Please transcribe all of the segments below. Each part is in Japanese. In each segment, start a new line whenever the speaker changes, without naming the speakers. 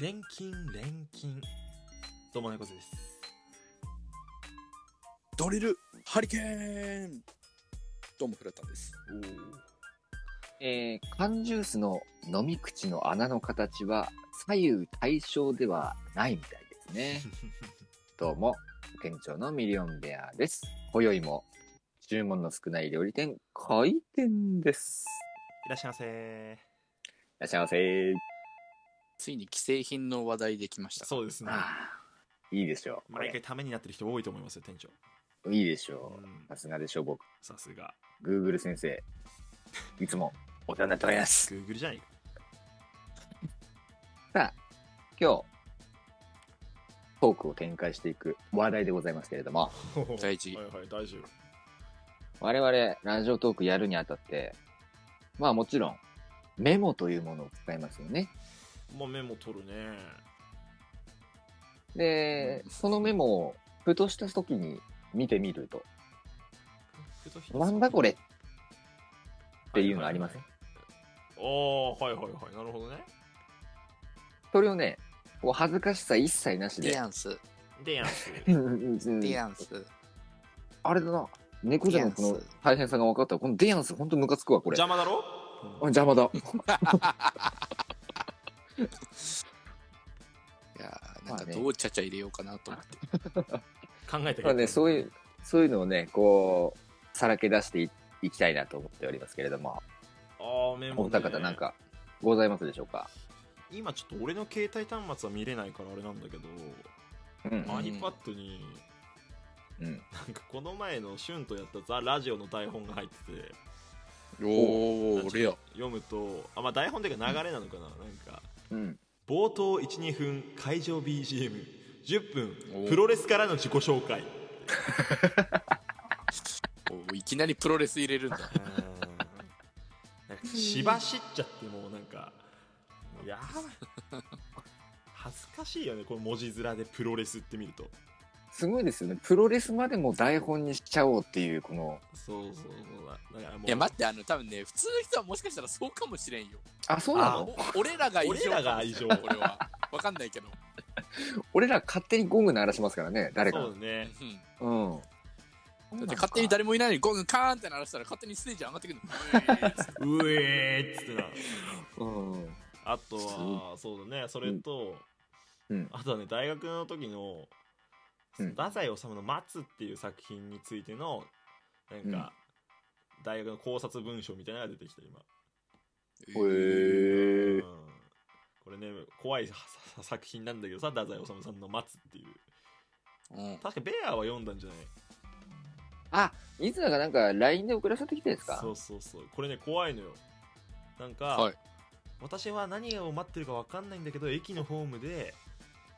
錬金錬金どうも猫背です
ドリルハリケーンどうもフラタンです。
おー
えー、缶ジュースの飲み口の穴の形は左右対称ではないみたいですね。 どうも、保健長のミリオンベアです。今宵も注文の少ない料理店、開店です。
いらっしゃいませ
いらっしゃいませ。
ついに既製品の話題できました。
そうですね
ああ、いいでしょう。こ
毎
れ
回ためになってる人多いと思いますよ店長
いいでしょ
うん
う。さすがでしょう、僕。
さすが
Google 先生。いつもお世話になっております。
Google じゃないか
さあ、今日、トークを展開していく話題でございますけれども、
大事
はいはい 大丈夫
我々、ラジオトークやるにあたって、まあもちろん、メモというものを使いますよね。
まあメモ取るね
で
う、ん
そのメモを、ふとした時に見てみると、
ふと一つ
なんだこれっていうのあります
はいはいはいああはいはいはいなるほどね
それをね、こう恥ずかしさ一切なし
ディ
で、
アンス、
でやんす
ディ
あ
アンス。
れだな、猫じゃの
デ
こ
ィア
の
ンス
大変さが分かったわこのディアンス、ほんとムカつくわ、これ。
邪魔だろ
あ邪魔だ。
いやーなん
ま
か
あね
どうちゃちゃ入れようかなと思って。
考えて
まあね、そういう、そういうのをね、こう、さらけ出していいきたいなと思っておりますけれども、
ああメモ、
お
ね、
二方なんかございますでしょうか
今ちょっと俺の携帯端末は見れないからあれなんだけど、
うん。
iPad に
うん。
なんかこの前のシュンとやったザ・ラジオの台本が入ってて
おー、レア。
読むとあまあ台本というか流れなのかな、なんか
うん。
冒頭12分会場 BGM10
お
分
ー
プロレスからの自己紹介
おーいきなりプロレス入れるんだ。
なんかしばしっちゃってもうなんかやばい恥ずかしいよねこの文字面でプロレスって見ると
すごいですよね。プロレスまでも台本にしちゃおうっていう、この、
そうそうそうだだからもう
いや、待って、あの、多分ね、普通の人はもしかしたらそうかもしれんよ。
あ、そうな
あ
の
お俺らが異常
俺らが異常
俺は。わかんないけど。
俺ら勝手にゴング鳴らしますからね、誰か。
そう
う
だね
うん
ん。だ
だって勝手に誰もいないのにゴングカーンって鳴らしたら勝手にステージ上がってくるの。
うえーっつってな
うん。
あとはそうだねそれと、
うんうん
あとはね大学の時の
うん
太宰治の「松」っていう作品についてのなんか、大学の考察文章みたいなのが出てきた今、
へー。
うんこれね怖いささ作品なんだけどさ太宰治さんの「松」っていう
うん
確かベアは読んだんじゃない
あ、いつらがなんか LINE で送らせてきたですか
そうそうそうこれね怖いのよなんか、
はい
私は何を待ってるか分かんないんだけど駅のホームで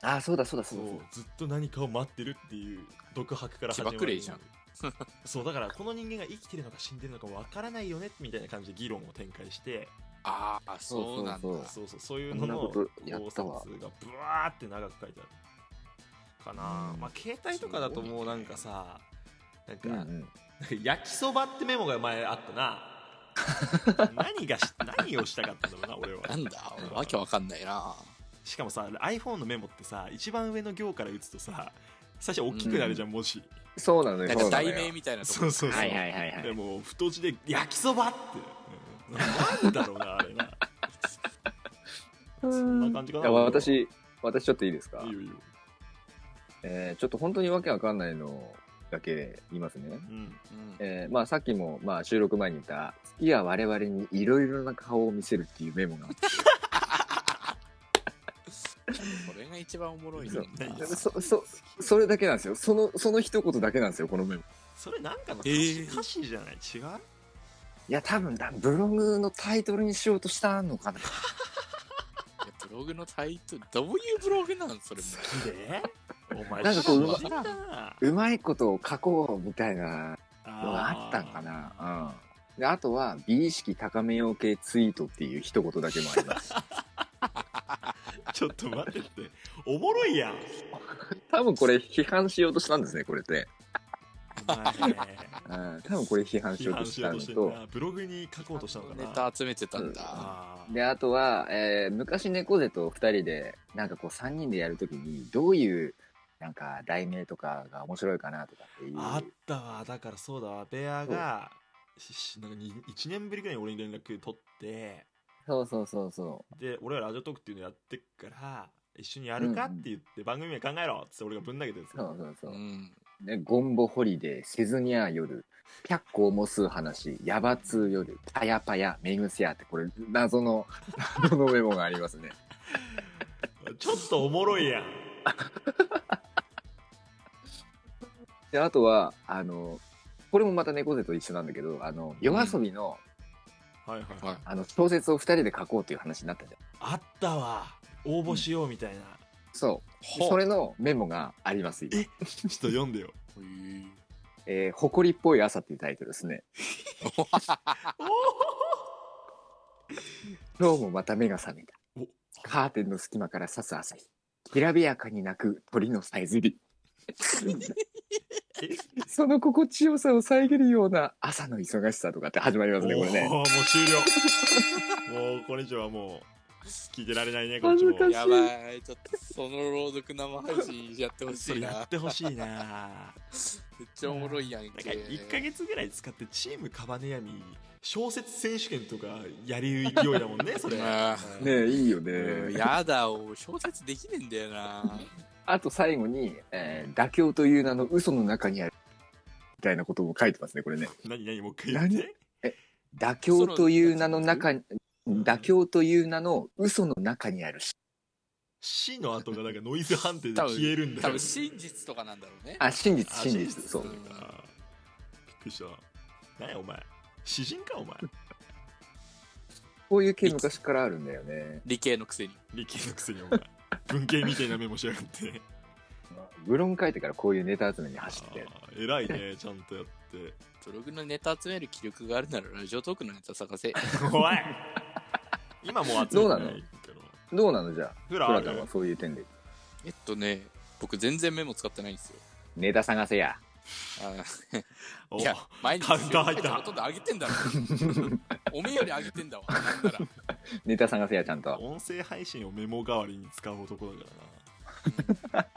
あ、そうだそうだそうだそう
そう
だ。
ずっと何かを待ってるっていう独白から始ま
自
る
爆霊じゃん
そうだからこの人間が生きてるのか死んでるのかわからないよねみたいな感じで議論を展開して
ああ、そうなんだ
そうそう。
そうそうそういうのの
こんなことや
考
ったわ
察がブワーって長く書いてあるかな
うん
まあ携帯とかだともうなんかさなんか、
うんう ん。
焼きそばってメモが前あったな 何がし何をしたかったんだろうな俺は
なんだわけわかんないな。
しかもさ iPhone のメモってさ一番上の行から打つとさ最初大きくなるじゃん、文字
そうなのよ。
なん
そ
か
うなの
題
よ
名みたいなとこ
そうそうそう、
はいはいはいは
で
い。
も太字で「焼きそば」って、うんなんだろうなあれなそんな感じか
い
な
や私、私ちょっといいですか
いいよいいよ
えーちょっと本当にわけわかんないのだけ言いますね。
うん
うん
えーまあさっきも、まあ収録前に言った、月は我々にいろいろな顔を見せるっていうメモがあって
これが一番おもろいのにな
そう
そ、そ、それだけなんですよ。その、その一言だけなんですよ、このメモ。
それなんかの歌詞,、
えー
歌詞じゃない違う
いや、多分だ、ブログのタイトルにしようとしたのかな。
いやブログのタイトル、どういうブログなんそれも。
好きでお前
なんかこう
知らんな
うまいことを書こうみたいなのがあったんか
あー
な。うん。で、あとは、美意識高めよう系ツイートっていう一言だけもあります。
ちょっと待ってっておもろいやん
多分これ批判しようとしたんですね、これって。
お前ね
うん。多分これ批判し
批
よう
判
と
し
し
よう
た
と
の
して
と
る、なブログに書こうとしたのか
ネ
な
タ集めてたんだ。
あ
で、あとは、えー昔猫背と二人で、なんかこう三人でやるときに、どういう、なんか題名とかが面白いかなとかっていう。
あったわだからそうだわベアがししなんかに1年ぶりぐらいに俺に連絡取って
そうそうそうそ
で俺らラジオトークっていうのやってっから一緒にやるか
う
っ
んうん
て言って番組名考えろっつって俺がぶん投げてるんで
う。
す
そ
よ
うそうそうう。
ん。
ね、ゴンボホリデー、せずにゃ夜、百個もす話、ヤバツー夜、パヤパヤ、メグセアって、これ、謎の、謎のメモがありますね。
ちょっとおもろいやん
で、あとは、あの、これもまた猫背と一緒なんだけど、あの、夜遊びの、
はいはい、
はい。
あの、小説を二人で書こうという話になったじゃん。
あったわ応募しようみたいな、
そう。
ほ
それのメモがあります、今。
ちょっと読んでよ
う
えー、誇りっぽい朝っていうタイトルですね。今日もまた目が覚めた
お。
カーテンの隙間から刺す朝日。きらびやかに鳴く鳥のさえずり。その心地よさを遮るような朝の忙しさとかって始まりますね、これ
おー
ね。
もう終了もうこれ以上はもう聞いてられないねこっちも
恥ずかしい
やばい。ちょっとその朗読生配信やってほ
そ
し
れ
い
や
な
っ。てほしいな
めっちゃおもろいやんけ。
なんか1か月ぐらい使ってチームカバネヤミ小説選手権とかやりる勢いだもんねそれ
あ
うん
ねえいいよ
うん
ね。
やだ、お小説できねえんだよな。
あと最後に、えー妥協という名の嘘の中にある。みたいなことも書いてますね、これね。
何何もう一回言って
妥協という名の中に、
の
妥協という名の嘘の中にある。
C の後がなんかノイズ判定で消えるんだ
多
よ
分真実とかなんだろうね。
あ、真実、
あ
真実。そう
な。んだあびっくりした何やお前詩人かお前
こういう系昔からあるんだよね。
理系のくせに。
理系のくせにお前文系みたいなメモしやがって
ブロン書いてからこういうネタ集めに走って。
あー偉いねちゃんとやって
ブログのネタ集める気力があるならラジオトークのネタ探 せ。
おい今もう集めてないけど
どうなのじゃあ、
フ
プ
ラあ
ラ
る
タンはそういう点で。
えっとね、僕全然メモ使ってないんですよ。
ネタ探せや。
あ
お
いや、毎日
カウンター入った
ほとんど上げてんだろ。 おめえより上げてんだわ。なんなら。
ネタ探せや、ちゃんと。
音声配信をメモ代わりに使う男だか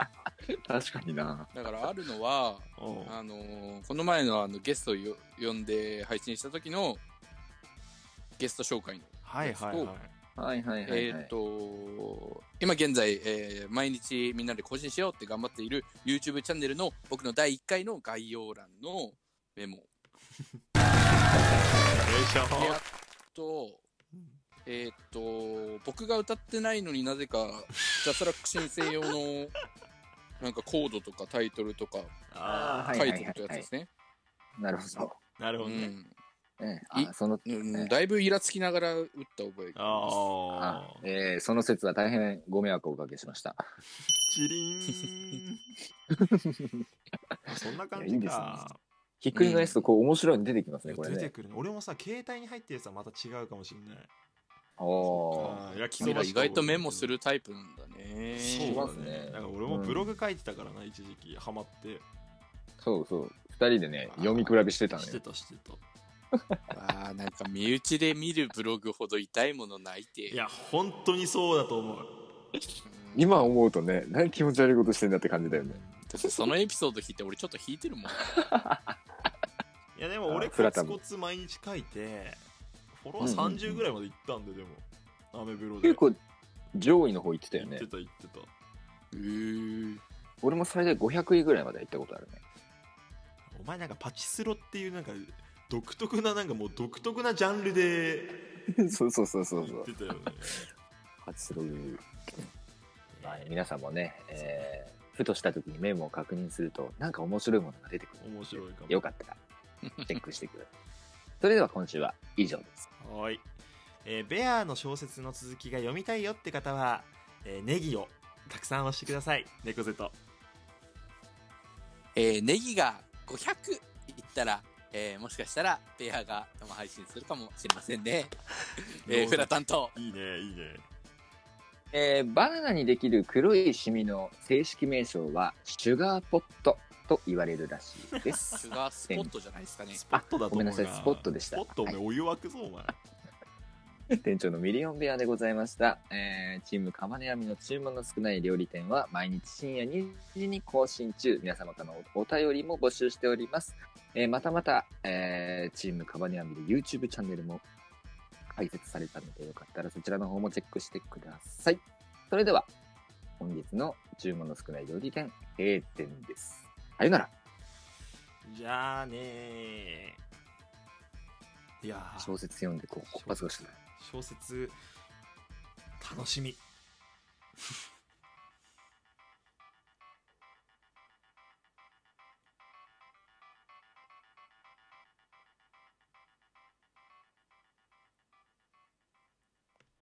確かにな。
だからあるのは、
らなうん
あのーこの前のあのゲストをよ呼んで配信した時のゲスト紹介の。
はいはいはい
はいはいはい、はい。
えっ、と、今現在、えー毎日みんなで更新しようって頑張っている YouTube チャンネルの僕の第1回の概要欄のメモ。
よいしょ
であと、えっ、と、僕が歌ってないのになぜか、ジャスラック申請用の、なんかコードとかタイトルとか
あ
はい
書いてるってやつですね。
なるほど。
ーなるほ
う
どね
ん
ええ
い
あ、その、
うん。だいぶイラつきながら打った覚えがあります
あ
あ
あ
ええその説は大変ご迷惑をおかけしました。
チリ ーンあそんな感
いやい
じ
いです
か
ひっくり返すと、こう、面白いの出てきますね、これ
出て
ね。
くるね俺もさ携帯に入ってるやつはまた違うかもしれない
おー。
あーいや
君ら意外とメモす
る
るタイプなんだね。
そう
ま
だ
す
ね
ね
なんか俺もブログ書いてたからな一時期ハマって
そうそう。二人でね、読み比べしてたの
して
よ。
たしてた
ああ、なんか身内で見るブログほど痛いものないて。
いや本当にそうだと思う
うん、
今思うとね、何気持ち悪いことしてんだって感じだよね。
だってそのエピソード聞いて俺ちょっと引いてるも
い
ん。
やでも俺
あフ
コ
ラタ
ツ
ン
コツ毎日書いてフォロワ
うんうんう
ー
ん
30ぐらいまで行ったんででもアメブロで
結構、上位の方行ってたよ
行っ
ね
て。た行ってた
へー
俺も最大500位ぐらいまで行ったことあるね。
お前なんかパチスロっていうなんか独特ななんかもう独特なジャンルで
そうそうそうそ
言
うそう
っ。てたよね
初する。まあ皆さんもね、えーふとした時にメモを確認すると、なんか面白いものが出てくる。
面白いかも
よか ったら、チェックしてください。それでは今週は以上です。
はーい、えーベアーの小説の続きが読みたいよって方は、えーネギをたくさん押してください猫背と
えーネギが500いったら、えーもしかしたらペアが生配信するかもしれませんね。えーフラ担当。
いいねいいね
えーバナナにできる黒いシミの正式名称は、シュガーポットと言われるらしいで
シ
す
ュ。ガースポットじゃないですかね。
スポットだと思う
あごめんなさいスポットでした
スポットお前お湯沸くぞお前
店長のミリオンベアでございました、えーチームカマネアミの注文の少ない料理店は毎日深夜2時に更新中皆様からのお便りも募集しております、えーまたまた、えーチームカマネアミで YouTube チャンネルも開設されたのでよかったらそちらの方もチェックしてくださいそれでは本日の注文の少ない料理店閉店ですさよなら
じゃあねーいやー
小説読んでこうこっぱずかしくない
小説楽しみ